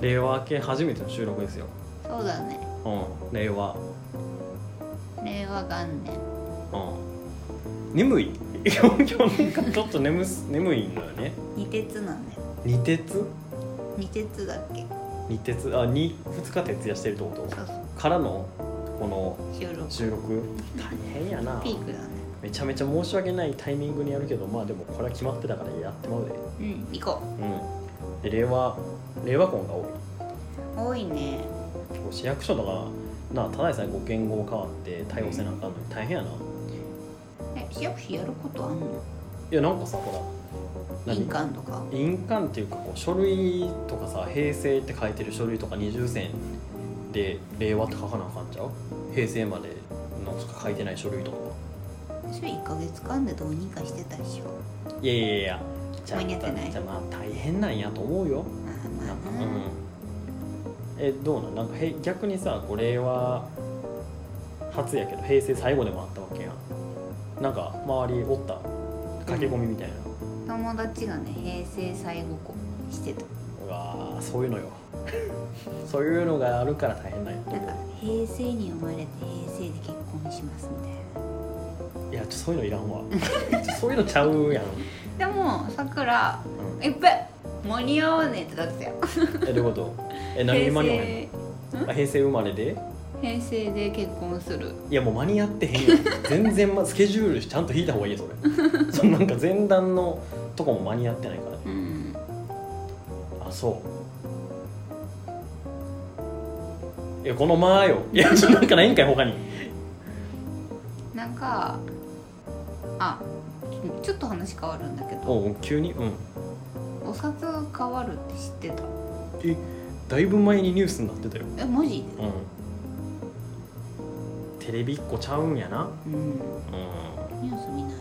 令和系初めての収録ですよ、そうだねうん、令和、令和元年うん、眠い今日なんかちょっと眠す眠いんだよね二鉄なんだよ二鉄二鉄だっけ二鉄あ二二日徹夜してるってことそうそうからのこの収録収録大変やなピークだねめちゃめちゃ申し訳ないタイミングにやるけどまあでもこれは決まってたからやってまうでうん行こうんで令和令和婚が多いう多いね結構市役所とかなただでさえご言語変わって対応せなあかんのに大変やないえ市役所やることあんのやなんかさほら印鑑とか印鑑っていうかこう書類とかさ平成って書いてる書類とか二重線で令和って書かなあかんちゃう平成までのしか書いてない書類とかそれ1ヶ月間でどうにかしてたでしょいやいやいやじゃあ間に合ってないじゃあまあ大変なんやと思うよまあなまんかあうな、んえどうなんなんかへ逆にさこれは初やけど平成最後でもあったわけやんなんか周りおった駆け込みみたいな、友達がね平成最後子してたうわーそういうのよ そういうのがあるから大変なんやとなん思か平成に生まれて平成で結婚しますみたいなういやちょそういうのいらんわ ちょそういうのちゃうやん、うでもさくらん、いっぱい間に合わねえってだってたよえどういうことえ何に平間に合わへん成のあ平成生まれで平成で結婚するいやもう間に合ってへんよ全然、ま、スケジュールちゃんと引いた方がいいよそれ そのなんか前段のとこも間に合ってないからうんあそういやこの間よいやちょなんかないんかい他になんかあちょっと話変わるんだけどおう急にうんお札が変わるって知ってたえだいぶ前にニュースになってたよえマジうんテレビ1個ちゃうんやなでううんん、ニュース見ないか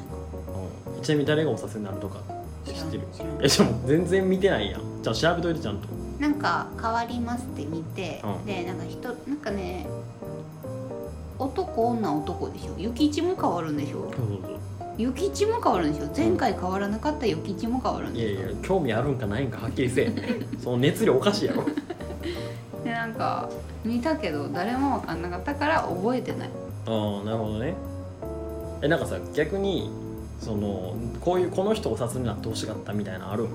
うん、ちなみに誰がおさせになるとから知ってる知らんえしかも全然見てないやんじゃあ調べといてちゃんとなんか変わりますって見て、うんでなんか人なんかね男女男でしょ諭吉も変わるんでしょそうそうそう諭吉も変わるんでしょ前回変わらなかった諭吉も変わるんいでしやょいや興味あるんかないんかはっきりせえその熱量おかしい やろでなんか見たけど誰も分かんなかったから覚えてないああなるほどねえなんかさ逆にそのこういうこの人お札になってほしかったみたいなのあるん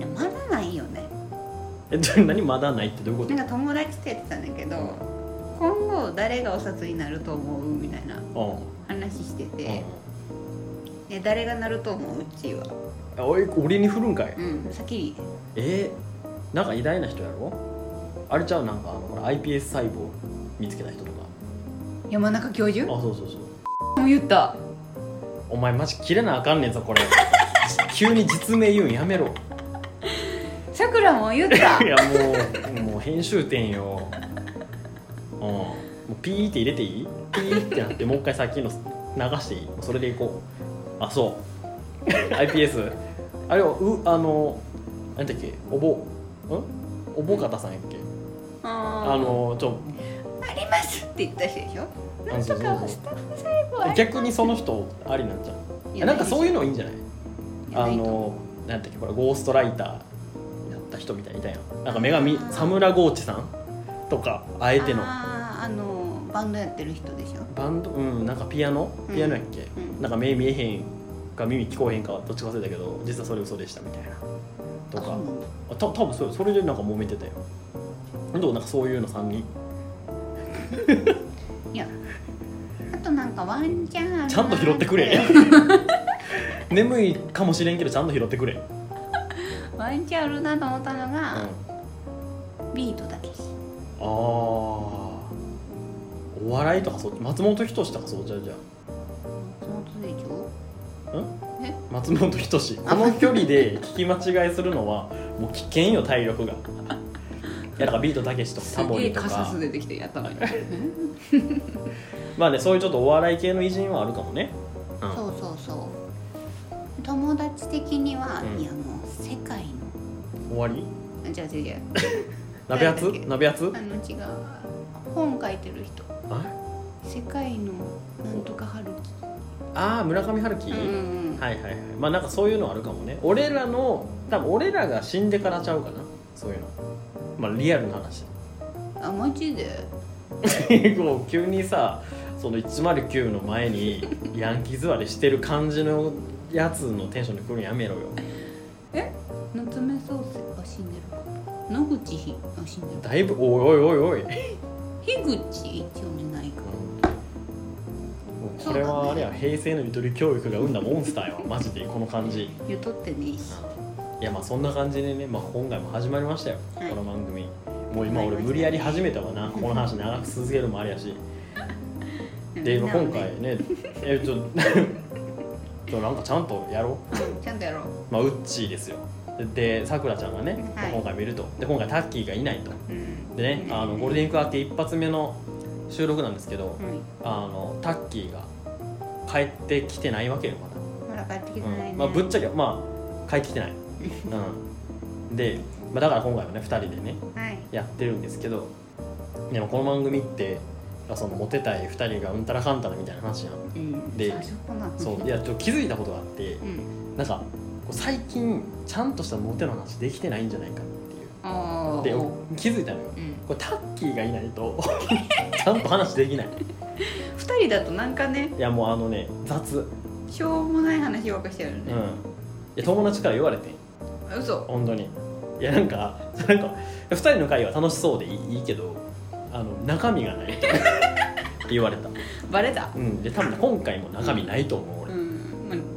えまだないよねえちょ何まだないってどういうことなんか友達とやってたんだけど今後誰がお札になると思うみたいなう話してんうんてで誰がなると思ううちはあおい俺に振るんかいうん先にえー、なんか偉大な人やろあれちゃうなんかあのほら iPS 細胞見つけた人とか山中教授もあそうそうそうう言ったお前マジ切れなあかんねんぞこ れ急に実名言うんやめろさくらも言 ったいやもうもう編集点よ。うん。もうピーって入れていい？ピーってなってもう一回さっきの流していい？それでいこう。あそう。IPS。あれはうあのなんだっけおぼん？おぼかたさんやっけ？ああのちょありますって言った人でしょなんとかはスタッフ最後は逆にその人ありなんじゃん。えなんかそういうのいいんじゃない？あのなんだっけこれゴーストライターやった人みたいにいたやん。なんか女神サムラゴーチさんとかあえての。あーあのバンドやってる人でしょバンドうんなんかピアノピアノやっけ、うんなんか目見えへんか耳聞こえへんかどっちか忘れたけど実はそれ嘘でしたみたいなとあかそうなんだあた多分そうよそれでなんか揉めてたよどうなんかそういうの3人あとなんかワンちゃんちゃんと拾ってくれ 眠いかもしれんけどちゃんと拾ってくれ、う ワンチャンあるなと思ったのん、があ、ビートたけしあーお笑いとかそう松本人志とかそうじゃうじゃん松本清張松本人志この距離で聞き間違いするのはもう危険よ体 力がいやだからビートたけしとかタモリとか出てきて頭にまあねそういうちょっとお笑い系の偉人はあるかもねうんそうそうそう友達的には、うんいやもう世界の終わりあじゃあ違う違う鍋やつ誰だっけ鍋やつあの違う本書いてる人あ世界のなんとか春樹あー村上春樹、うんうんうんはいはいはいまあなんかそういうのあるかもね俺らの多分俺らが死んでからちゃうかなそういうのまあリアルな話 あマジでこう急にさその109の前にヤンキー座りしてる感じのやつのテンションで来るのやめろよ夏目漱石が死んでるか野口ひあ死んでるだいぶおいおいおいおい樋口一応ないかもうこれはあれや平成のゆとり教育が生んだモンスターよマジでこの感じ言うとってねえしいやまあそんな感じでね、まあ、今回も始まりましたよ、はいこの番組もう今俺無理やり始めたわなこの話長く続けるのもあれやしで今なんか回ねえちょちょなん かちゃんとやろううんちゃんとやろうまあ、ウッチーですよでさくらちゃんがね、はい今回見るとで今回タッキーがいないとうんでねあのゴールデンウィーク明け一発目の収録なんですけど、はいあのタッキーが帰ってきてないわけよまだまだ帰ってきてないね、うんまあ、ぶっちゃけまあ帰ってき てない、うん、で、まあ、だから今回はね2人でねはいやってるんですけどでもこの番組ってそのモテたい2人がうんたらかんたらみたいな話や んうんで最初かなそういやちょっと気づいたことがあってうんなんかこう最近ちゃんとしたモテの話できてないんじゃないかっああていううで気づいたのよんこれタッキーがいないと ちゃんと話できない二人だとなんかねいやもうあのね雑しょうもない話ばっかりしてるようんいね、や友達から言われてん嘘本当にいやなんかなんか2人の会は楽しそうでいいいいけどあの中身がない って言われた、バレたうん、で多分今回も中身ないと思うう俺、ん、ま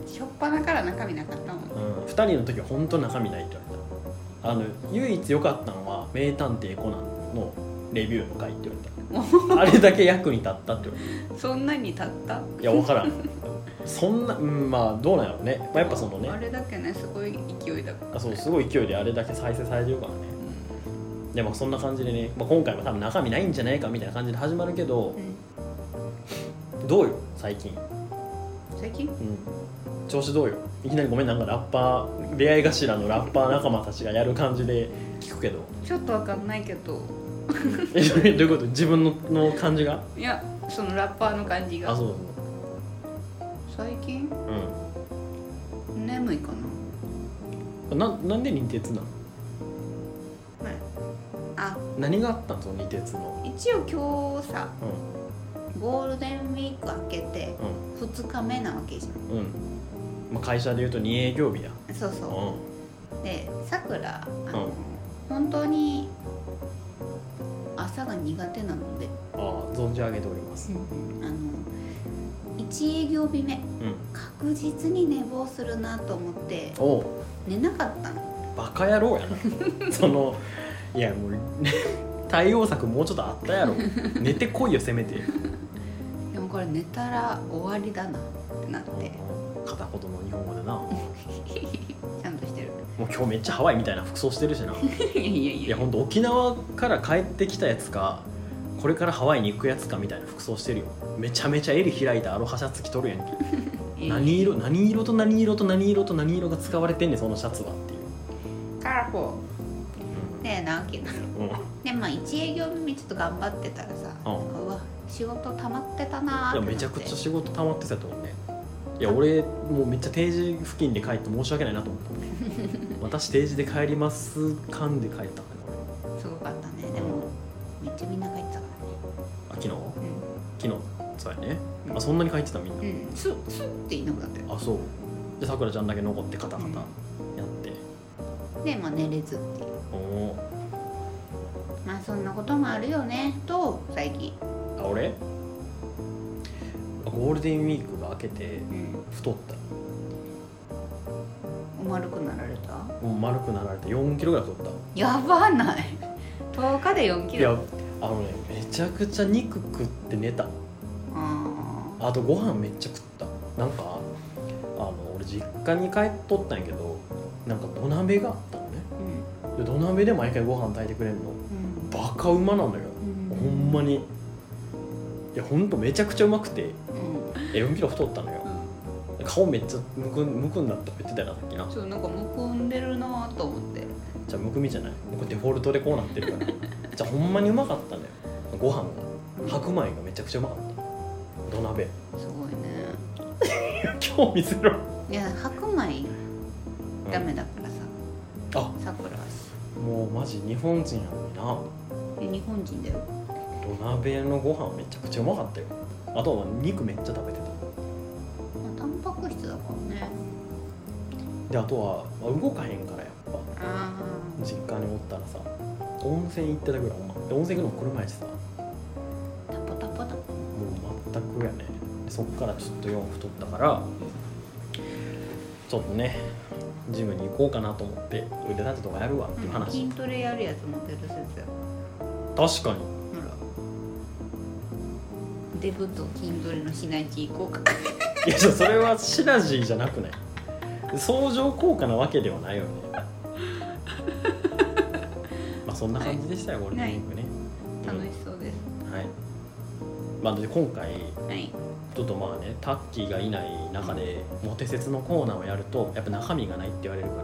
あ、しょっぱなから中身なかったもんうん、2人の時は本当中身ないって言われたあの唯一良かったのは「名探偵コナン」のレビューの回って言 われたあれだけ役に立ったって言われそんなにたったたいや分からんそんな、うん、まあどうなんやろうね、まあ、やっぱそのあねれだけねすごい勢いだからあそうすごい勢いであれだけ再生されてるからねでもそんな感じでね、まあ、今回も多分中身ないんじゃないかみたいな感じで始まるけどうん、どうよ最近、最近うん、調子どうよいきなりごめんなんかラッパー出会い頭のラッパー仲間たちがやる感じで聞くけどちょっとわかんないけどえどういうこと自分のの感じがいやそのラッパーの感じあがそうそう最近そう眠いかうんななんで二鉄なのな、はい、あ何があったのその二鉄の一応今日さうんゴールデンウィーク明けて2日目なわけじうんうん、まあ、会社でいうと二営業日やゃんそううそんうでさくらあうの、ん本当に朝が苦手なので、ああ存じ上げておりますあの1営業日目うん確実に寝坊するなと思っておう寝なかったのバカ野郎や なそのいやもう対応策もうちょっとあったやろ寝てこいよせめてでもこれ寝たら終わりだなってなって片言の日本語でなもちゃんとしてるう今日めっちゃハワイみたいな服装してるしないやいやいいやほんと沖縄から帰ってきたやつかこれからハワイに行くやつかみたいな服装してるよめちゃめちゃ襟開いたアロハシャツ着とるやんけいや何色何色と何色と何色と何色が使われてんねんそのシャツはっていうカラフォーねえなわけなうん、うん、でまあ1営業目ちょっと頑張ってたらさ、ううんわ仕事溜まってたなーいってやなってめちゃくちゃ仕事溜まってたと思うねいや俺もうめっちゃ定時付近で帰って申し訳ないなと思 った私定時で帰ります間で帰ったんだねすごかったね俺でもめっちゃみんな帰ってたかあ昨日らね昨日そうやねうんあそんなに帰ってたみんうな、ん、うん、スッスッっていなくなってあそうでさくらちゃんだけ残ってカタカタやって、でまあ寝れずっていうおおまあそんなこともあるよねと最近ーあ俺ゴールデンウィークが明けてうん太ったお丸くなられたもう丸くなられて4キロぐらい太っやばない 10日で4たキいやロあのねめちゃくちゃ肉食って寝たああとご飯めっちゃ食ったなんかあの俺実家に帰っとったんやけどなんか土鍋があったのねあうんで土鍋で毎回ご飯炊いてくれるのうんバカうまなのようんほんまにいやほんとめちゃくちゃうまくてうん4キロ太ったのよ顔めっちゃむくむくんだったって言ってたよなさっきなそうなんかむくんでるなと思ってじゃあむくみじゃないこれデフォルトでこうなってるからじゃあほんまにうまかったのよご飯が白米がめちゃくちゃうまかった土鍋 すごいね今日見せろいや白米ダメだからさあさくらはもうマジ日本人やのにな日本人だよ土鍋のご飯めちゃくちゃうまかったよあとは肉めっちゃ食べてたまあタンパク質だからねであとは、まあ動かへんからやっぱあ実家におったらさ温泉行ってたぐらいはで温泉行くのも車やしさもあタポタポタポう全くやねでそっからちょっと4太ったからちょっとねジムに行こうかなと思って腕立てとかやるわっていう話、筋トレやるやつ持ってる先生確かにほらデブと筋トレのシナジー効果いやそれはシナジーじゃなくない相乗効果なわけではない よねまあそんな感じでしたよ、ゴールデンウィークね、うん楽しそうですはいまあで今回はいちょっとまあねタッキーがいない中でモテ説のコーナーをやるとやっぱ中身がないって言われるから、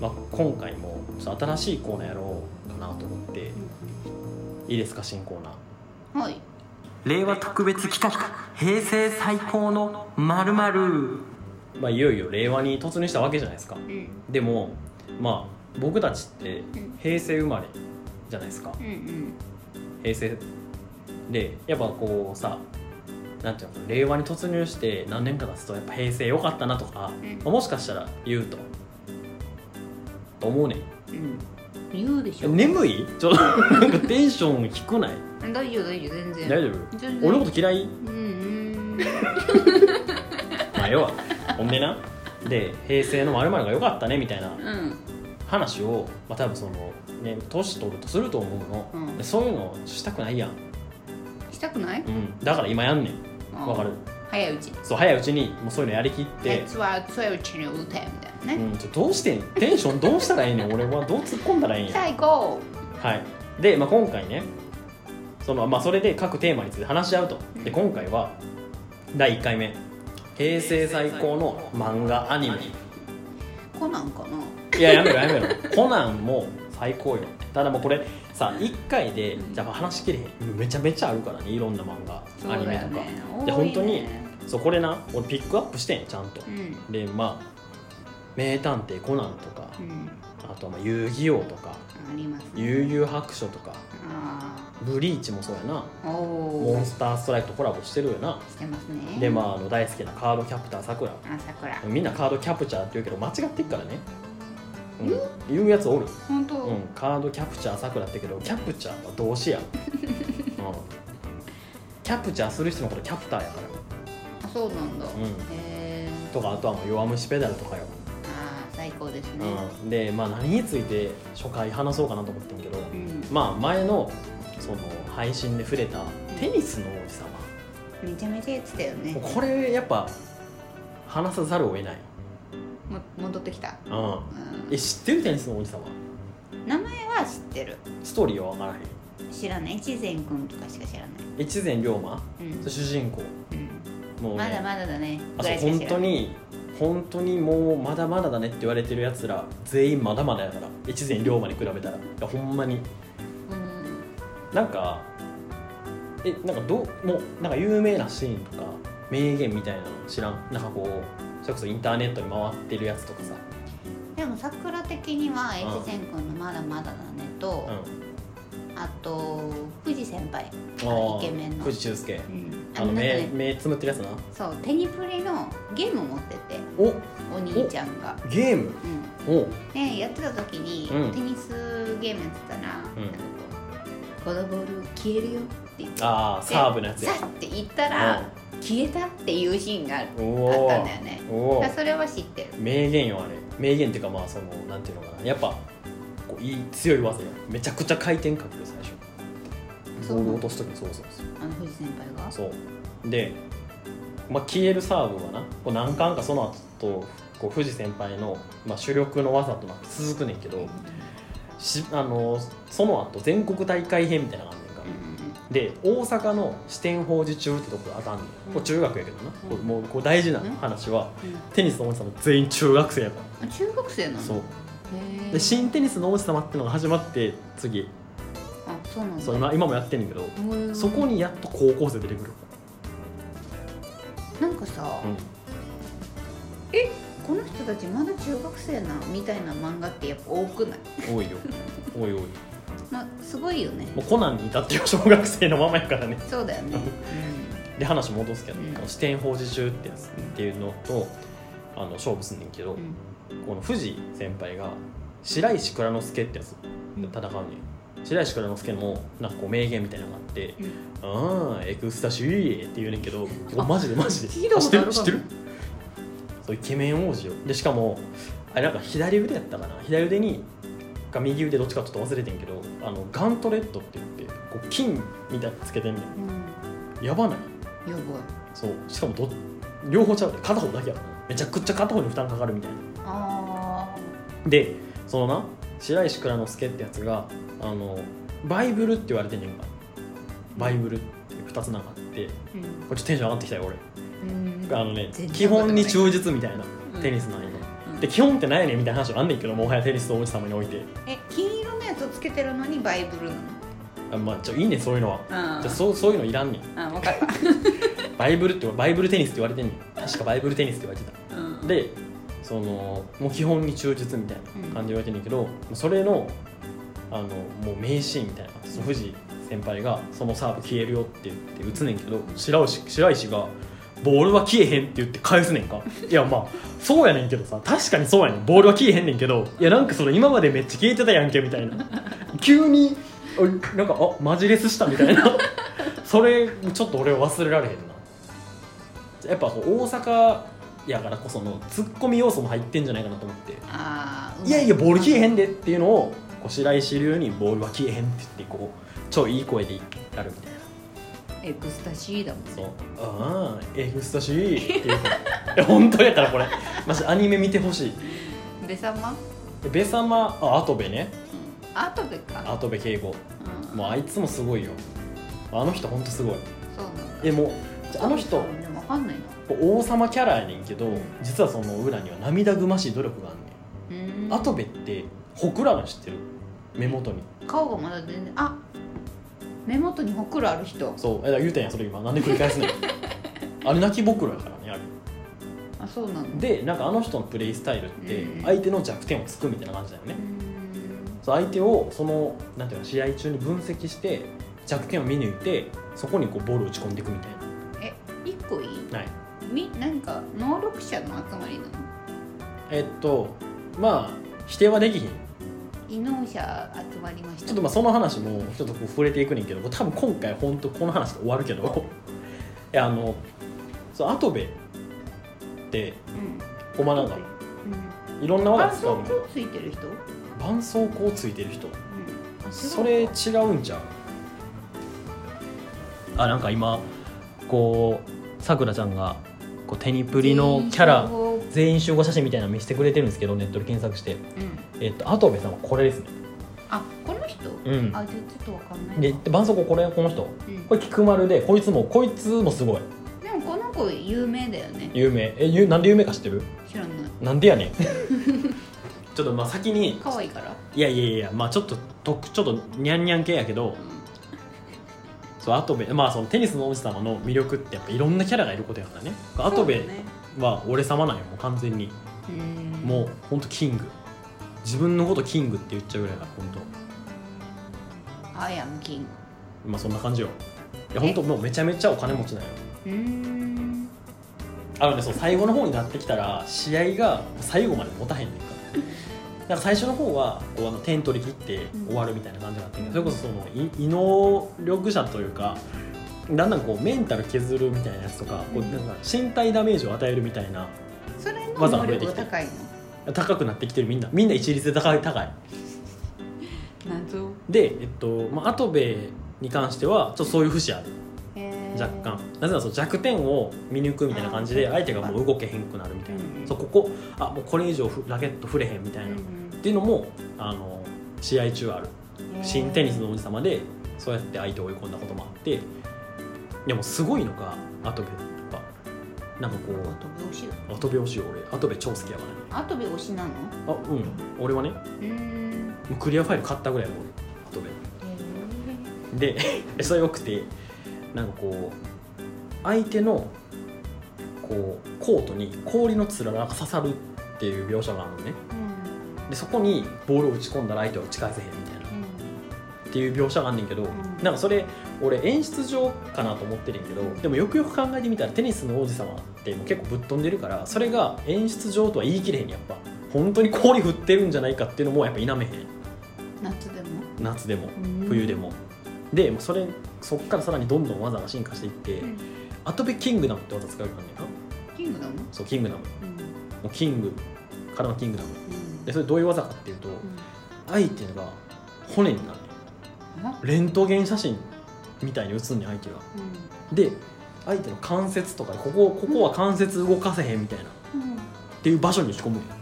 まあ、今回もちょっと新しいコーナーやろうかなと思っていいですか新コーナーはい令和特別企画平成最高のまるまるまあいよいよ令和に突入したわけじゃないですかうんでもまあ僕たちって平成生まれじゃないですかうんうん平成でやっぱこうさなんていうの令和に突入して何年か経つとやっぱ平成良かったなとか、んまあもしかしたら言うとと思うねんうん言うでしえょ眠いちょっとなんかテンション低ない大丈夫大丈夫全然大丈夫全然俺のこと嫌いうんうんまあ要はほんでなで平成のまるが良かったねみたいなうん話を、まあ、多分そのね年取るとすると思うの、うんでそういうのしたくないやん、したくないうん、だから今やんねんわかる早いうちにそう早いうちにもうそういうのやりきって、熱は強いうちに打てみたいなうねん、ちょどうしてんテンションどうしたらいいねん俺はどう突っ込んだらいいんや最高はいで、まあ、今回ねその、まあ、それで各テーマについて話し合うとで今回は第1回目平成最高の漫画アニメコナンかないややめろやめろコナンも最高よただもうこれさ1回でじゃあ話しきれへんめちゃめちゃあるからねいろんな漫そう画アニだメよとかねで多い本当にねそうこれな俺ピックアップしてんちゃんとうんでまあ「名探偵コナン」とかうんあとはまあ「遊戯王」とかあります「ね悠々白書」とかあ「ブリーチ」もそうやなあ「モおンおスターストライク」とコラボしてるよなしてますねでまああの大好きなカードキャプターさくらあ桜みんなカードキャプチャーって言うけど間違ってっからね、うん、言うやつおる本当うん、カードキャプチャーさくらって言うけどキャプチャーは動詞や、うん、キャプチャーする人のことキャプターやからあそうなんだんへえとかあとはもう弱虫ペダルとかよ、あー最高ですねうん、でまあ何について初回話そうかなと思ってんけどうんまあ前のその配信で触れたテニスの王子様めちゃめちゃやってたよねもうこれやっぱ話さざるを得ない、も戻ってきたうん、うんえ知ってるテニスの王子様名前は知ってるストーリーは分からへん知らない越前君とかしか知らない越前龍馬うん主人公うんもう、ね、まだまだだねあぐそらういしか本知ら当ないに本当にもうまだまだだねって言われてるやつら全員まだまだやから越前龍馬に比べたらいやほんまにうんなんかえなんかどうもうなんか有名なシーンとか名言みたいなの知らんなんかこうそれこそインターネットに回ってるやつとかさ、でも桜的には越前君のまだまだだねとうあと藤先輩ん、ああイケメンの藤修介うんあのなんか目ね目つむってるやつなそうテニプリのゲーム持ってておお兄ちゃんがゲームうんおうね、やってた時に、うんテニスゲームやってたら、うんなんかこうこのボール消えるよって言ってああサーブのやつやさって言ったら、消えたっていうシーンがあるおあったんおだよねおだおからそれは知ってる名言よあれ名言っていうかまあそのなんていうのかなやっぱこういい強い技やめちゃくちゃ回転かける最初そうボール落とす時もそうそうそあの藤先輩がうそうで、まあ、消えるサーブはなこう何回かその後こう藤先輩の、まあ、主力の技となって続くねんけどしあのその後全国大会編みたいなのがあんねんか、で大阪の四天王寺中ってとこがあかんねん、こう中学やけどな、こうもうこう大事な話は、うんうんテニスのおじさんも全員中学生やから、うん中学生なのそうへでえ新テニスの王子様っていうのが始まって次あそうなんだそう今今もやってんねんけどへえそこにやっと高校生出てくる、なんかさ、うん、この人たちまだ中学生なみたいな漫画ってやっぱ多くない、多いよ多い多いもまあ、すごいよねうコナンに至っては小学生のままやからねそうだよね、で話戻すけど、うんあの四天王寺中ってやつっていうのとあの勝負すんねんけど、うんうんこの藤井先輩が白石蔵之介ってやつうん戦うねん白石蔵之介のなんかこう名言みたいなのがあってうん「ああエクスタシー」って言うねんけどおマジでマジで聞いたことあるかも知ってる知ってるそうイケメン王子よでしかもあれなんか左腕やったかな左腕にか右腕どっちかちょっと忘れてんけどあのガントレットって言ってこう金みたいなのつけてんねんやばないうんやばいそうしかもど両方ちゃうで片方だけやからなめちゃくちゃ片方に負担かかるみたいなあでそのな白石蔵之介ってやつがあのバイブルって言われてんねんかバイブルっていう2つながあってこーうれちょんっとテンション上がってきたよ俺うんあのね全然基本に忠実みたいなうんテニスなんよ、うんで基本って何やねんみたいな話はあんねんけどもはやテニスと王子様においてえ金色のやつをつけてるのにバイブルなのあまあちょいいねんそういうのはあじゃあそうそういうのいらんねんあ分かっバイブルってバイブルテニスって言われてんねん確かバイブルテニスって言われてたた、うん、でそのもう基本に忠実みたいな感じで言われてんねんけど、それのあのもう名シーンみたいなその藤井先輩が「そのサーブ消えるよ」って言って打つねんけど白石白石が「ボールは消えへん」って言って返すねんかいやまあそうやねんけどさ確かにそうやねんボールは消えへんねんけどいやなんかそれ今までめっちゃ消えてたやんけみたいな急においなんかあマジレスしたみたいなそれちょっと俺は忘れられへんなやっぱこう大阪やからこそのツッコミ要素も入ってんじゃないかなと思ってあーいやいやボール消えへうんでっていうのをこう白石流にボールは消えへんって言ってこう超いい声でやるみたいなエクスタシーだもんそうああエクスタシーっていう声いや本当やからこれ マジアニメ見てほしいベサマ、うん、でベサマあアトベねアートベかアトベ敬語うんもうあいつもすごいよあの人ほんとすごいそうなんだえもうじゃああの人そうねわかんないな王様キャラやねんけど実はその裏には涙ぐましい努力があんねんうーんアトベってほくらが知ってる目元に顔がまだ全然あ目元にほくろある人そうえだから言うたんやそれ今なんで繰り返す ねんあれ泣きぼくろやからねあれあそうなんだでなんかあの人のプレイスタイルってうん相手の弱点をつくみたいな感じだよねうー、んそう相手をそのなんていうの試合中に分析して弱点を見抜いてそこにこうボールを打ち込んでいくみたいえ一個いいなはいみなんか能力者の集まりなのえっとまあ否定はできひん異能者集まりましたちょっとまあその話もちょっとこう触れていくねんけどこれ多分今回本当この話で終わるけどいやあのそうアトベってうごんまなんかうんいろんな技絆使う創の膏ついてる人、うん、絆創膏ついてる人あ違うそれ違うんちゃうあなんか今こうさくらちゃんがこう手にプリのキャラ人工全員集合写真みたいなの見せてくれてるんですけどネットで検索してうん、えっとアトベさんはこれですねあこの人、うんあじゃあちょっとわかんないなで絆創膏これこの人うんこれ菊丸でこいつもこいつもすごいでもこの子有名だよね有名えゆなんで有名か知ってる知らないなんでやねん ちょっとまあ先に可愛いから、いやいやいやまあちょっと特ちょっとニャンニャン系やけどうそうアトベまあそのテニスの王子様の魅力ってやっぱいろんなキャラがいることやからねん、アトベそうだねは俺様なんよもう完全にうんもうほんとキング自分のことキングって言っちゃうぐらいだからほんとアイアムキングまあそんな感じよいやほんともうめちゃめちゃお金持ちなんようーんあのねそう最後の方になってきたら試合が最後まで持たへんねんからなんか最初の方はこうあの点取り切って終わるみたいな感じがあって、うんそれこそそのい異能力者というかだんだんこうメンタル削るみたいなやつとか,、うんこうなんか身体ダメージを与えるみたいなそれのわざ能わざ出て力きがて高い高くなってきてるみんなみんな一律で高い高いの謎で、えっとまあ、アトベに関してはちょっとそういう節あるへー若干なぜならその弱点を見抜くみたいな感じであー相手がもう動けへんくなるみたいな、うんそうここあもうこれ以上ふラケット振れへんみたいな、うっんていうのもあの試合中あるうん新テニスの王子様でそうやって相手を追い込んだこともあってでもすごいのがアトベやっぱなんかこあとべ推しうアトベをしよう俺アトベ超好きやからねあとべ推しなのあうん俺はねもうーんうクリアファイル買ったぐらいの俺アトベで それよくてなんかこう相手のこうコートに氷のつららが刺さるっていう描写があるのねでそこにボールを打ち込んだら相手は打ち返せへんみたいなっていう描写があんねんけど、んなんかそれ俺演出上かなと思ってるんやけどでもよくよく考えてみたらテニスの王子様ってもう結構ぶっ飛んでるからそれが演出上とは言い切れへんやっぱ本当に氷降ってるんじゃないかっていうのもやっぱ否めへん夏でも夏でもうん冬でも、でもうそれそっからさらにどんどん技が進化していって、うんアトベキングダムって技使うようになんねんなキングダムそうキングダムうんうんもうキングからのキングダムでそれどういう技かっていうと、愛っていうのが骨になるあレントゲン写真みたいに写んねん相手がで相手の関節とかここここは関節動かせへんみたいなっうんうんていう場所に打ち込むねんだか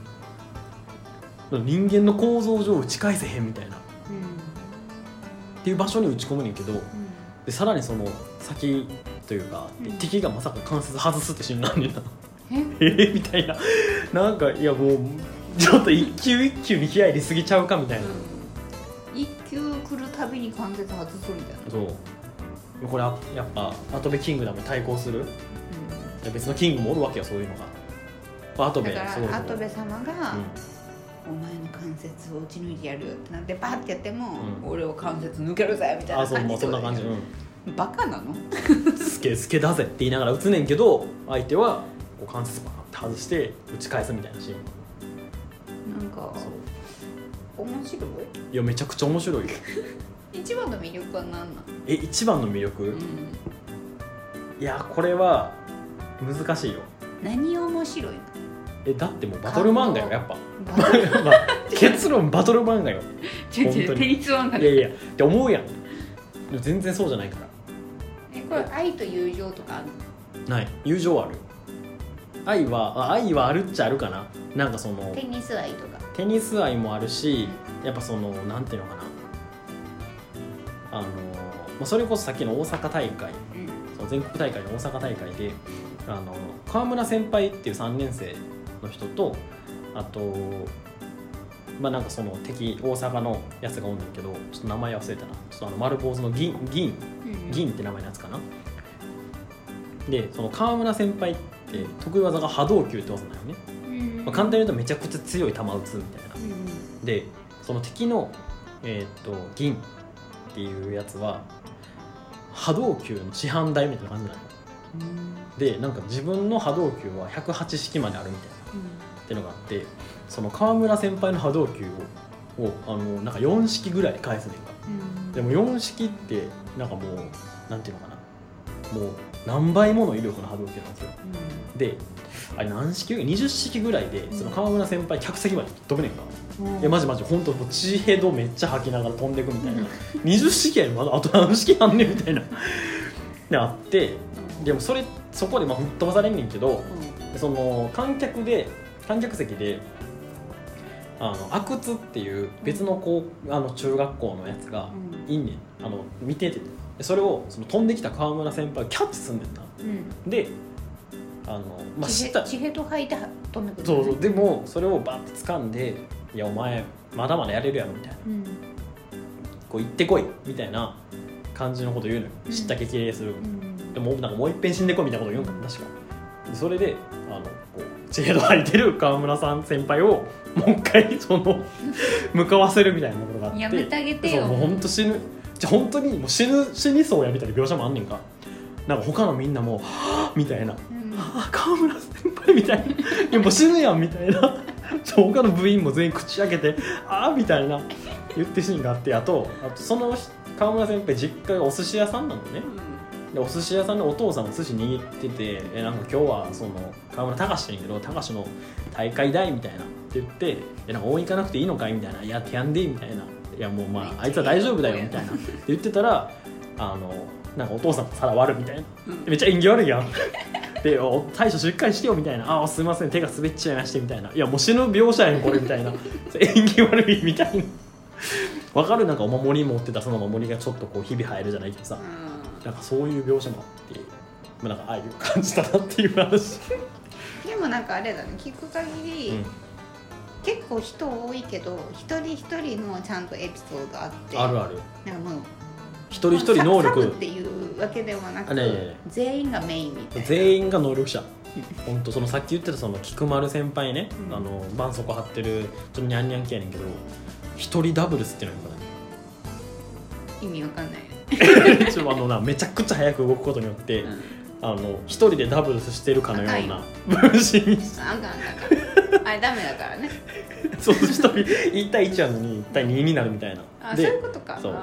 ら人間の構造上打ち返せへんみたいなっうんていう場所に打ち込むねんけどうんでさらにその先というか、うん敵がまさか関節外すって死んだんねんなええー、みたいななんかいやもうちょっと一球一球見気合い入れすぎちゃうかみたいな、一球来るたびに関節外すみたいな、そうこれあやっぱアトベキングダムに対抗するいや別のキングもおるわけよそういうのがアトうん、だベかすごいとらこアトベ様が、うんお前の関節を打ち抜いてやるよ」ってなってバッてやっても「うん俺を関節抜けるぜ」みたいあなそう感まあじそんな感じ、うんバカなのスケスケだぜって言いながら打つねんけど相手はこう関節バーンって外して打ち返すみたいなシーンなんかそう面白いやめちゃくちゃ面白いよい一番の魅力は何なん、え一番の魅力、うん、いやこれは難しいよ何面白いのえだってもうバトル漫画よや っぱ、バカまあ、結論バトル漫画よちょ本ち当ょにテニス漫画 いやでいやって思うやんでも全然そうじゃないからえこれ愛と友情とかあるのない友情はある愛はあ愛はあるっちゃあるかななんかそのテニス愛とかテニス愛もあるしやっぱそのなんていうのかなあのまあそれこそさっきの大阪大会うんその全国大会の大阪大会であの川村先輩っていう3年生の人とあとまあなんかその敵大阪のやつがおんねんけどちょっと名前忘れたなちょっとあの丸坊主の銀銀うん銀って名前のやつかなでその川村先輩って得意技が波動球って技なのね、うんまあ簡単に言うとめちゃくちゃ強い球打つみたいなうんでその敵の、えーっと銀っていうやつは波動球の師範代みたいな感じなのうんでなんか自分の波動球は108式まであるみたいなってのがあってその川村先輩の波動球ををあのなんか4式ぐらい返すねんかうんでも4式ってなんかもうなんていうのかなもう何倍もの威力の波動球なんですよであれ何式20式ぐらいでその川村先輩客席まで飛ぶねんか、うんえマジマジ本当もう血へどめっちゃ吐きながら飛んでくみたいな20式やねんまだあと何式あんねんみたいなであってでもそれそこでまあ吹っ飛ばされんねんけどでその観客で観客席であの阿久津っていう別のこうあの中学校のやつがうんいんねんあの見ててでそれをその飛んできた川村先輩がキャッチすんねんなうんであの、まあ、知地っ平た地平と履いて飛んでくるそうそうでもそれをバッて掴んで「いやお前まだまだやれるやろ」みたいなうん「こう行ってこい」みたいな感じのこと言うのようん知った激励する、うんでもなんかもういっぺん死んでこいみたいなこと言うんかな確かでそれであのこう知恵度入ってる川村さん先輩をもう一回その 向かわせるみたいなところがあってやめてあげてそうよもう本当死ぬじゃ本当にもう死ぬ死にそうやみたいな描写もあんねんかなんか他のみんなも「はぁみたいなうんあ川村先輩みたいな「いやもう死ぬやん」みたいなそう他の部員も全員口開けて「ああ」みたいな言ってシーンがあってあとあとその川村先輩実家がお寿司屋さんなのねでお寿司屋さんでお父さんが寿司握ってて「えなんか今日はその川村隆って言うんやけど隆の大会だい」みたいなって言って「えなんか応援行かなくていいのかい?」みたいな「いやてやんでい」みたいな「いやもうまああいつは大丈夫だよ」みたいなって言ってたらあのなんかお父さんが皿割るみたいなうんめっちゃ縁起悪いやんでお大将しっかりしてよみたいな「ああーすいません手が滑っちゃいまして」みたいな「いやもう死ぬ描写やんこれ」みたいな縁起悪いみたいなわかるなんかお守り持ってたそのお守りがちょっとこう日々入るじゃないけどさうんなんかそういう描写もあってまあなんか愛を感じたなっていう話、でもなんかあれだね聞く限り、結構人多いけど一人一人のちゃんとエピソードあってあるあるなんかもう一人一人能サブ力っていうわけではなあくいやいやいや全員がメインみたいな全員が能力者本当そのさっき言ってたその菊丸先輩ね、うんあの絆創膏貼ってるちょっとニャンニャン系やねんけど一人ダブルスっていうのがよくない意味わかんな い、ちょあのなめちゃくちゃ早く動くことによって、うん、あの一人でダブルスしてるかのような分身あんかんあ かんあれダメだからねそう一人1対1やのに1対2になるみたいなあそういでうことかそううん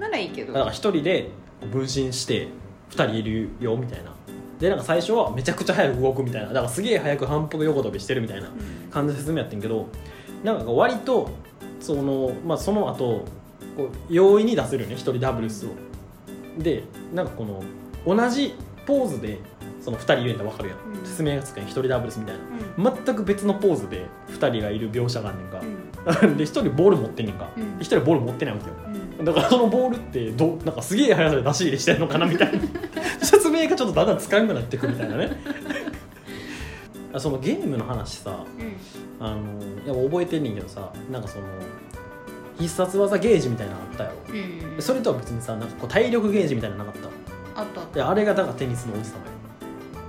ならいいけどだから一人で分身して2人いるよみたいなでなんか最初はめちゃくちゃ早く動くみたいなだからすげえ早く反復横跳びしてるみたいなうん感じで進むやってんけどなんか割とその,、まあ、その後こう容易に出せるよね一人ダブルスをでなんかこの同じポーズでその2人いるんだ分かるやん、うん説明がつかへん一人ダブルスみたいなうん全く別のポーズで2人がいる描写があんねんかう、んで1人ボール持ってんねんか、うん一1人ボール持ってないわけようんだからそのボールってどうなんかすげえ速さで出し入れしてんのかなみたいな説明がちょっとだんだん使えなくなってくみたいなねあそのゲームの話さうんあのいや覚えてんねんけどさなんかその必殺技ゲージみたいなのあったようんそれとは別にさなんかこう体力ゲージみたいなのなかったあったあったであれがだからテニスの王子様よ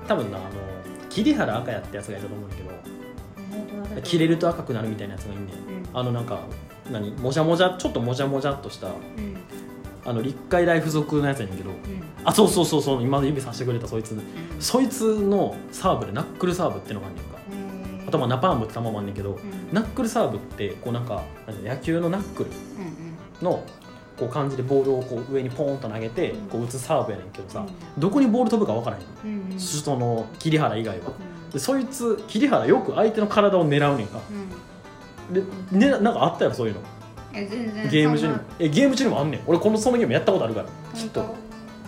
多分なあの桐原赤やってやつがいたと思うんだけど切れると赤くなるみたいなやつがいんねんうんあのなんか何もじゃもじゃちょっともじゃもじゃっとしたうんあの立海大附属のやつやねんけどうんあそうそうそうそう今指さしてくれたそいつうんそいつのサーブでナックルサーブってのがあんねんかうんあとまあナパームって球もあんねんけどうんナックルサーブってこうなんかなんか野球のナックルうんうんのこう感じでボールをこう上にポーンと投げてうんこう打つサーブやねんけどさうどこにボール飛ぶか分からへんんうんうんその桐原以外はうんでそいつ桐原よく相手の体を狙うねんかうんで、ね、なんかあったよそういうのえ全然ゲーム中にそもんなえゲーム中にもあんねん俺このそのゲームやったことあるからきっ本と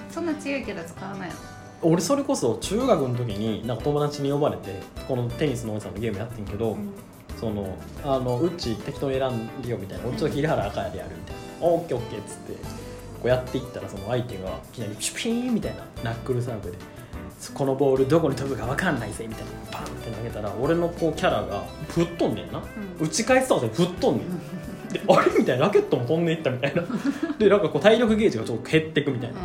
当そんな強いけど使わないの俺それこそ中学の時になんか友達に呼ばれてこのテニスのおじさんのゲームやってんけど、うんそのあのうち適当に選んでよみたいな俺ちょっと桐原赤やでやるみたいな、オッケーオッケーっつってこうやっていったらその相手がいきなりシュピーンみたいなナックルサーブでこのボールどこに飛ぶか分かんないぜみたいなバンって投げたら俺のこうキャラが吹っ飛んでんなうん打ち返すとは吹っ飛んでんであれみたいなラケットも飛んでいったみたいなでなんかこう体力ゲージがちょっと減ってくみたいな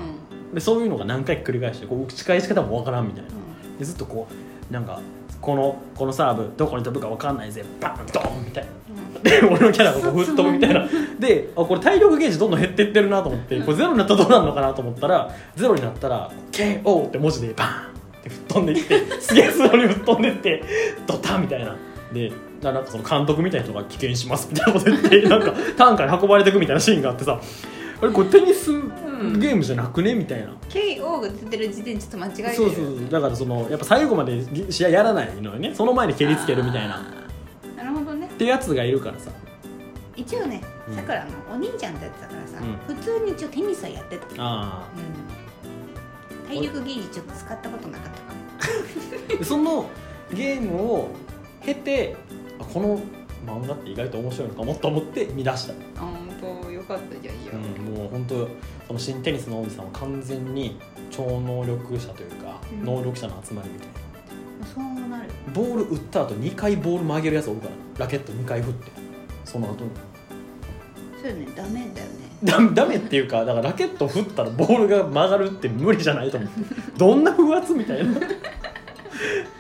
でそういうのが何回か繰り返してこう打ち返し方もわからんみたいなでずっとこうなんかこのこのサーブどこに飛ぶかわかんないぜバーンドーンみたいなで俺のキャラがこう吹っ飛ぶみたいなであこれ体力ゲージどんどん減ってってるなと思ってこれゼロになったらどうなるのかなと思ったらゼロになったら KO って文字でバーンって吹っ飛んでいってすげえスローに吹っ飛んでってドタンみたいなでななんかその監督みたいな人が危険しますみたいなこと言ってなんかタンカーに運ばれてくみたいなシーンがあってさあれこれテニスゲんームじゃなくねみたいな KO が出てる時点でちょっと間違えてるそうそうそうだからそのやっぱ最後まで試合やらないのよねその前に蹴りつけるみたいなっあーなるほどねてやつがいるからさ一応ねうんさくらのお兄ちゃんとやってたからさ、う普通に一応テニスはやってた、うん、あ体力ゲージちょっと使ったことなかったかもあそのゲームを経てあこの漫画って意外と面白いのかもっと思って見出した、あ本当よかったじゃんいいようん、もう本当その新テニスの王子さんは完全に超能力者というか、うん能力者の集まりみたいなそうなるよボール打った後2回ボール曲げるやつおるからねラケット2回振ってその後にそうよねダメだよねダメダメっていうかだからラケット振ったらボールが曲がるって無理じゃないと思ってどんな風圧みたいな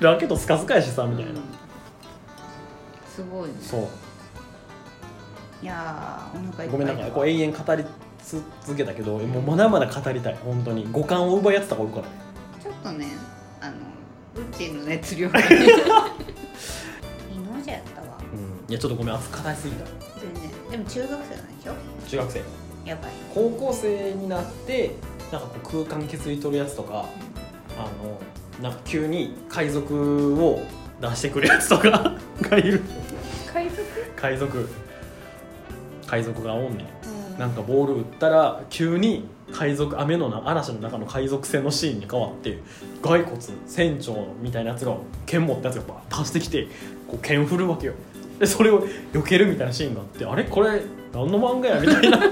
ラケットスカスカやしさみたいな、うんすごいねそういやーお腹いっぱいだごめんなんかこう永遠語り続けたけどもうまだまだ語りたい本当に五感を奪いやつとかおるからちょっとねあのうちの熱量がねイノジャやったわうんいやちょっとごめん熱語りすぎた全然でも中学生なんでしょ中学生やばい高校生になってなんかこう空間削り取るやつとかあのなんか急に海賊を出してくるやつとか がいる海賊海賊海賊がおんねんうんなんかボール打ったら急に海賊雨のな嵐の中の海賊船のシーンに変わって骸骨船長みたいなやつが剣持ったやつがバーッと走ってきてこう剣振るわけよでそれを避けるみたいなシーンがあってあれこれ何の漫画やみたいない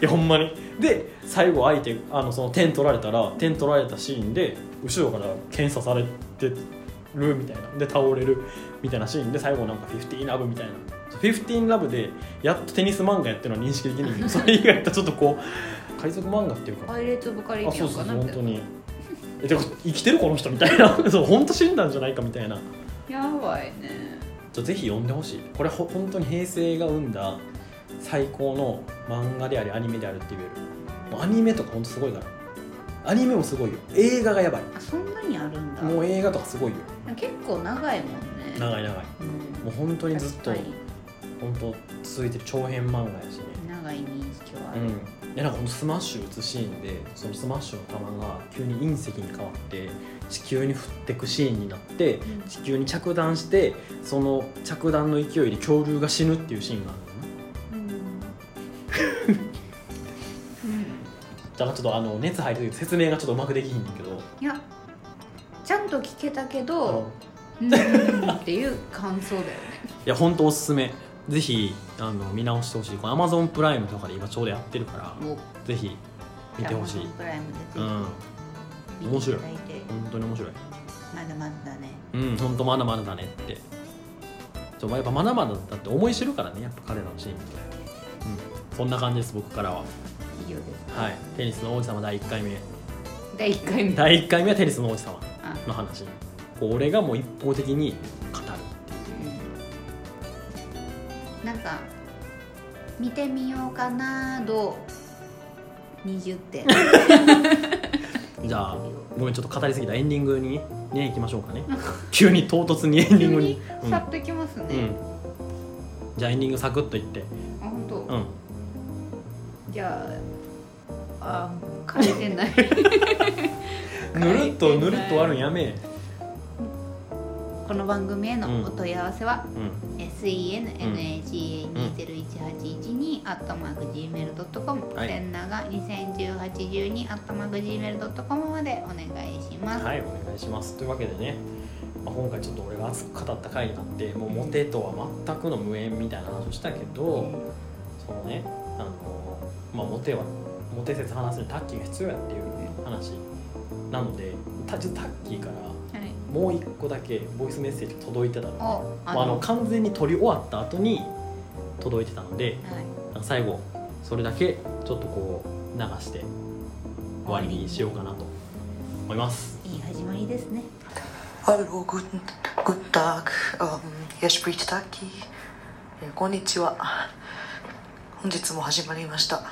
やほんまにで最後相手あのその点取られたら点取られたシーンで後ろから検査されてるみたいなで倒れるみたいなシーンで最後なんか「フィフティーンラブ」みたいな「フィフティーンラブ」でやっとテニス漫画やってるのは認識できるんだ けどそれ以外とちょっとこう海賊漫画っていうかパイレーツ・オブ・カリビアあンそうそうかそなうみ本たい当なにえてか生きてるこの人みたいな そう本当死んだんじゃないかみたいなやばいねちょぜひ読んでほしいこれほ本当に平成が生んだ最高の漫画でありアニメであるって言えるもうアニメとか本当すごいからアニメもすごいよ映画がやばいあそんなにあるんだもう映画とかすごいよ結構長いもんね長い長いうんもう本当にずっと確かに本当続いてる長編漫画やしね長い認識はあうる、ん、でなんかこのスマッシュ打つシーンでそのスマッシュの球が急に隕石に変わって地球に降ってくシーンになってうん地球に着弾してその着弾の勢いで恐竜が死ぬっていうシーンがあるのねうんだからちょっとあの熱入るとき説明がちょっとうまくできひんねんけどいやちゃんと聞けたけあどのうんっていう感想だよねいや本当おすすめぜひあの見直してほしいこの Amazon プライムとかで今ちょうどやってるからもぜひ見てほしいプライムでぜうん本ひ見ていただいて、当に面白いまだまだだねうん本当まだまだだねってそうやっぱまだまだだって思い知るからねやっぱ彼らのチームって、うん、そんな感じです僕からは以上ですはいテニスの王子様第1回目 第1回目第1回目はテニスの王子様あの話こう俺がもう一方的に語るうんなんか見てみようかなどう20点じゃあごめんちょっと語りすぎたエンディングにね行きましょうかね 急に唐突にエンディン急グににうんさっといきますうね、んじゃあエンディングサクッといってあ本当、うんじゃああ書いてない ぬるっとぬるっとあるんやめえこの番組へのお問い合わせは、うん sennaga201812 アットマーク gmail.com はいセンナが201812アットマーク gmail.com までお願いします、はいお願いしますというわけでね、まあ、今回ちょっと俺が熱く語った回になってもうモテとは全くの無縁みたいな話をしたけうどんそのねあの、まあ、モテはモテ説話すにタッキーが必要やっていう話なのでたちょっとタッキーからはいもう一個だけボイスメッセージが届いてたのねおあの完全に撮り終わった後に届いてたのではい最後それだけちょっとこう流して終わりにしようかなと思います。いい始まりですね。 Hallo, guten, guten Tag. Ähm, hier spricht Taki. Eh, Konnichiwa. 本日も始まりました、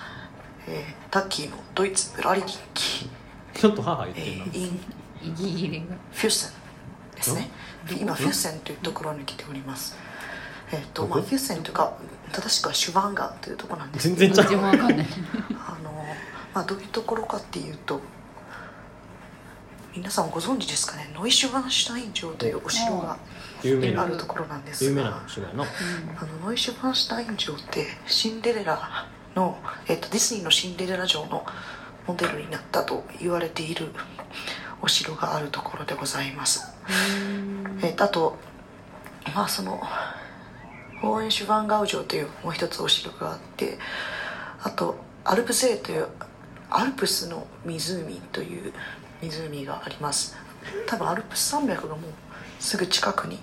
えータッキーのドイツぶらり日記、ちょっと母言っえてるな。ー in イギリが。フュッセンですねん今どこフュッセンというところに来ておりますえっ、と、まあ、どこフュッセンというか正しくはシュバンガンというところなんです全然ちゃうもわかんない。あの、まあ、どういうところかっていうと皆さんご存知ですかねノイシュバンシュタイン城というお城が有名あなるところなんです有が名な芝居の。あのノイシュバンシュタイン城ってシンデレラの、えっとディズニーのシンデレラ城のモデルになったと言われているお城があるところでございます、えっとあとまあそのホーエンシュバンガウ城というもう一つお城があってあとアルプゼーというアルプスの湖という湖があります多分アルプス山脈がもうすぐ近くに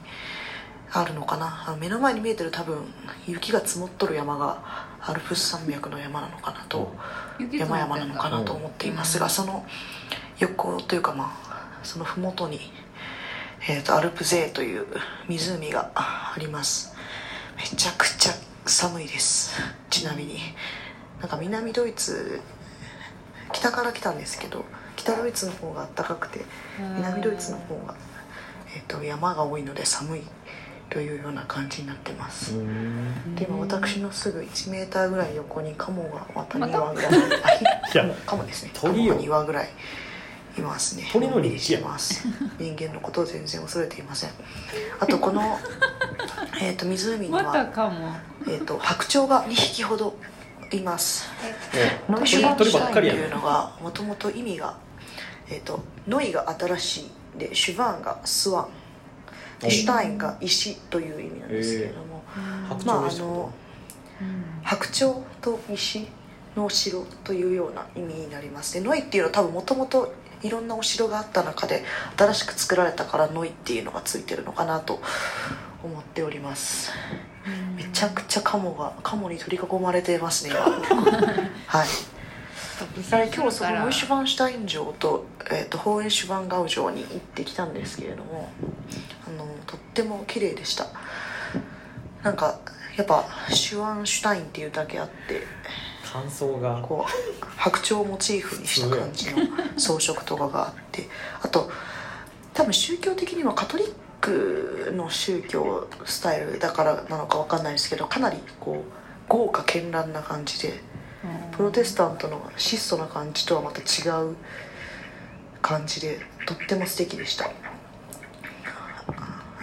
あるのかなあの目の前に見えてる多分雪が積もっとる山がアルプス山脈の山なのかなと山々なのかなと思っていますがその横というかまあその麓に、えー、とアルプゼーという湖がありますめちゃくちゃ寒いですちなみになんか南ドイツ北から来たんですけど北ドイツの方が暖かくて南ドイツの方が、えー、と山が多いので寒いというような感じになってます、で今私のすぐ1メーターぐらい横にカモがまたまた2羽ぐらい、あいやカモカモですねカモ鳥よが2羽ぐらいいますね鳥のんびり日しやてます人間のことを全然恐れていませんあとこの えーと湖には、かも。えー、と白鳥が2匹ほどいますノイシ鳥ュバン鳥シュばっタかインりやといねう。のがもともと意味が、えー、とノイが新しいでシュバーンがスワンおでシュタインが石という意味なんですけれども、白まあ鳥あでしたのこ白鳥と石のお城というような意味になりますでノイっていうのは多分もともといろんなお城があった中で新しく作られたからノイっていうのがついてるのかなと思っておりますめちゃくちゃカモがカモに取り囲まれてますね今はいゃ今日そのノイシュバンシュタイン城と、ええー、と宝永酒番ガウ城に行ってきたんですけれどもあのとっても綺麗でしたなんかやっぱシュワンシュタインっていうだけあって感想がこう白鳥をモチーフにした感じの装飾とかがあってあと多分宗教的にはカトリックの宗教スタイルだからなのかわかんないですけどかなりこう豪華絢爛な感じでプロテスタントの質素な感じとはまた違う感じでとっても素敵でした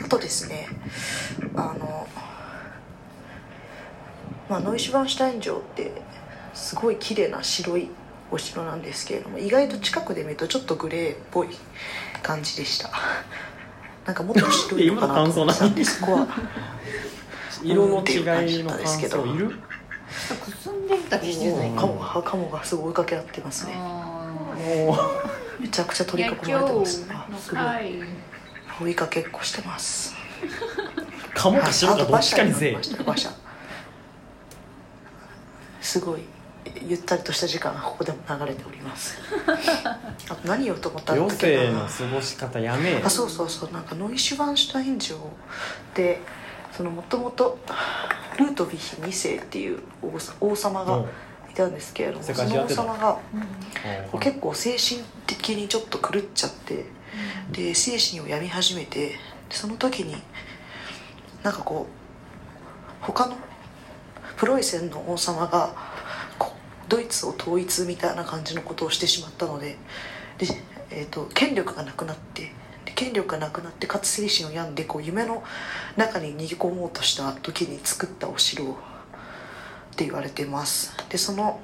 あとですねあのまあノイシュバンシュタイン城ってすごい綺麗な白いお城なんですけれども意外と近くで見るとちょっとグレーっぽい感じでしたなんかもっと白いのかなと思 ってたんでそこは色の違いの感うんっていう感じだった想んいるちょっとくすんでるだけしてないカモがカモがすごい追いかけ合ってますねあおーめちゃくちゃ取り囲まれてますねあすごい追いかけっこしてますカモか白かどっちかにせえあと馬車に乗りました馬車すごいゆったりとした時間がここでも流れております あと何をと思ったん余だっけ生なの過ごし方やめえあそうそうそうなんかノイシュバンシュタイン城でそのもともとルートヴィヒ2世っていう王さ王様うんがいたんですけれども世そ界史のやっ王てた様がうん結構精神的にちょっと狂っちゃってで精神を病み始めてでその時になんかこう他のプロイセンの王様がこうドイツを統一みたいな感じのことをしてしまったのでで、えー、と権力がなくなってで権力がなくなってかつ精神を病んでこう夢の中に逃げ込もうとした時に作ったお城って言われてますでその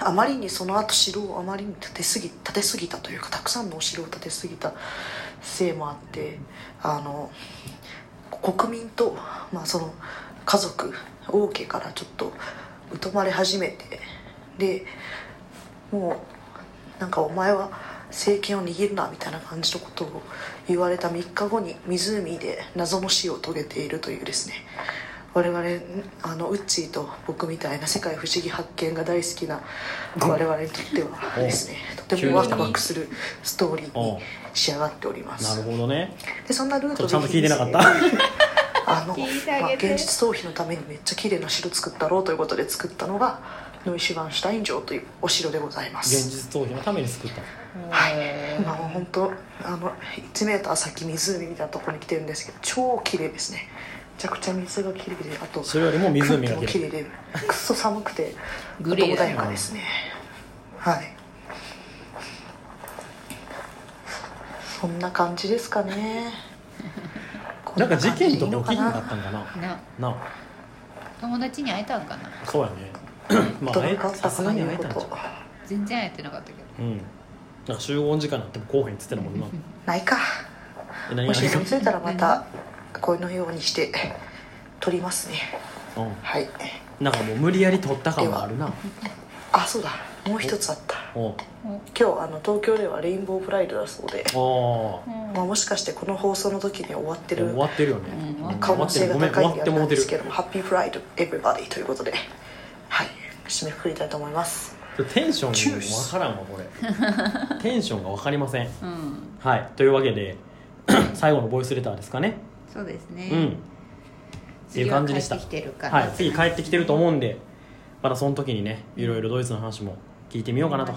あまりにその後城をあまりに建てすぎ建てすぎたというかたくさんのお城を建てすぎたせいもあってあの国民と、まあ、その家族王家からちょっと疎まれ始めてでもうなんかお前は政権を握るなみたいな感じのことを言われた3日後に湖で謎の死を遂げているというですね我々あのウッチーと僕みたいな世界不思議発見が大好きな我々にとってはですねとてもワクワクするストーリーに仕上がっております。なるほどねでそんなルートちょっとちゃんと聞いてなかったたあの、聞いてあげまあ、て現実逃避のためにめっちゃ綺麗な城作ったろうということで作ったのがノイシュバンシュタイン城というお城でございま現す実逃避のために作ったはい今もう本当あの1メーター先湖みたいなところに来てるんですけど超綺麗ですねめちゃくちゃ水が綺麗であとそれよりも湖が空気も綺綺麗麗でくっそ寒くてグレーだ穏ねやかですねはいそんな感じですかねなんか事件とこかん起きななか感ったんかなななあ友達に会えたんかなそうやね まあじ会にえなったさすがに会えたんこじゃとん全然会えてなかったけどうんなんか集合時間になっても後編つってたもんなないかえ何もがし思いついたらまたこのようにして撮りますねうはいんなんかもう無理やり撮った感はあるなあそうだもう一つあったおう今日あの東京ではレインボープライドだそうで、おううんまあ、もしかしてこの放送の時には終わって終るわってるよねうんうん可終わ能って性るがごめん高終いわんっであてれもなうんてでるすけどもハッピープライドエブリバディということではい締めくくりたいと思いますテンションが分からんわこれ テンションが分かりませんうんはいというわけで 最後のボイスレターですかねそうですねうんっていう感じでした次は帰ってきてるかはらい次帰ってきてると思うんでまたその時にねいろいろドイツの話も聞いてみようかなと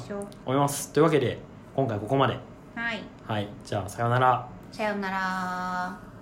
思いますというわけで今回ここまではいはいじゃあさようならさようなら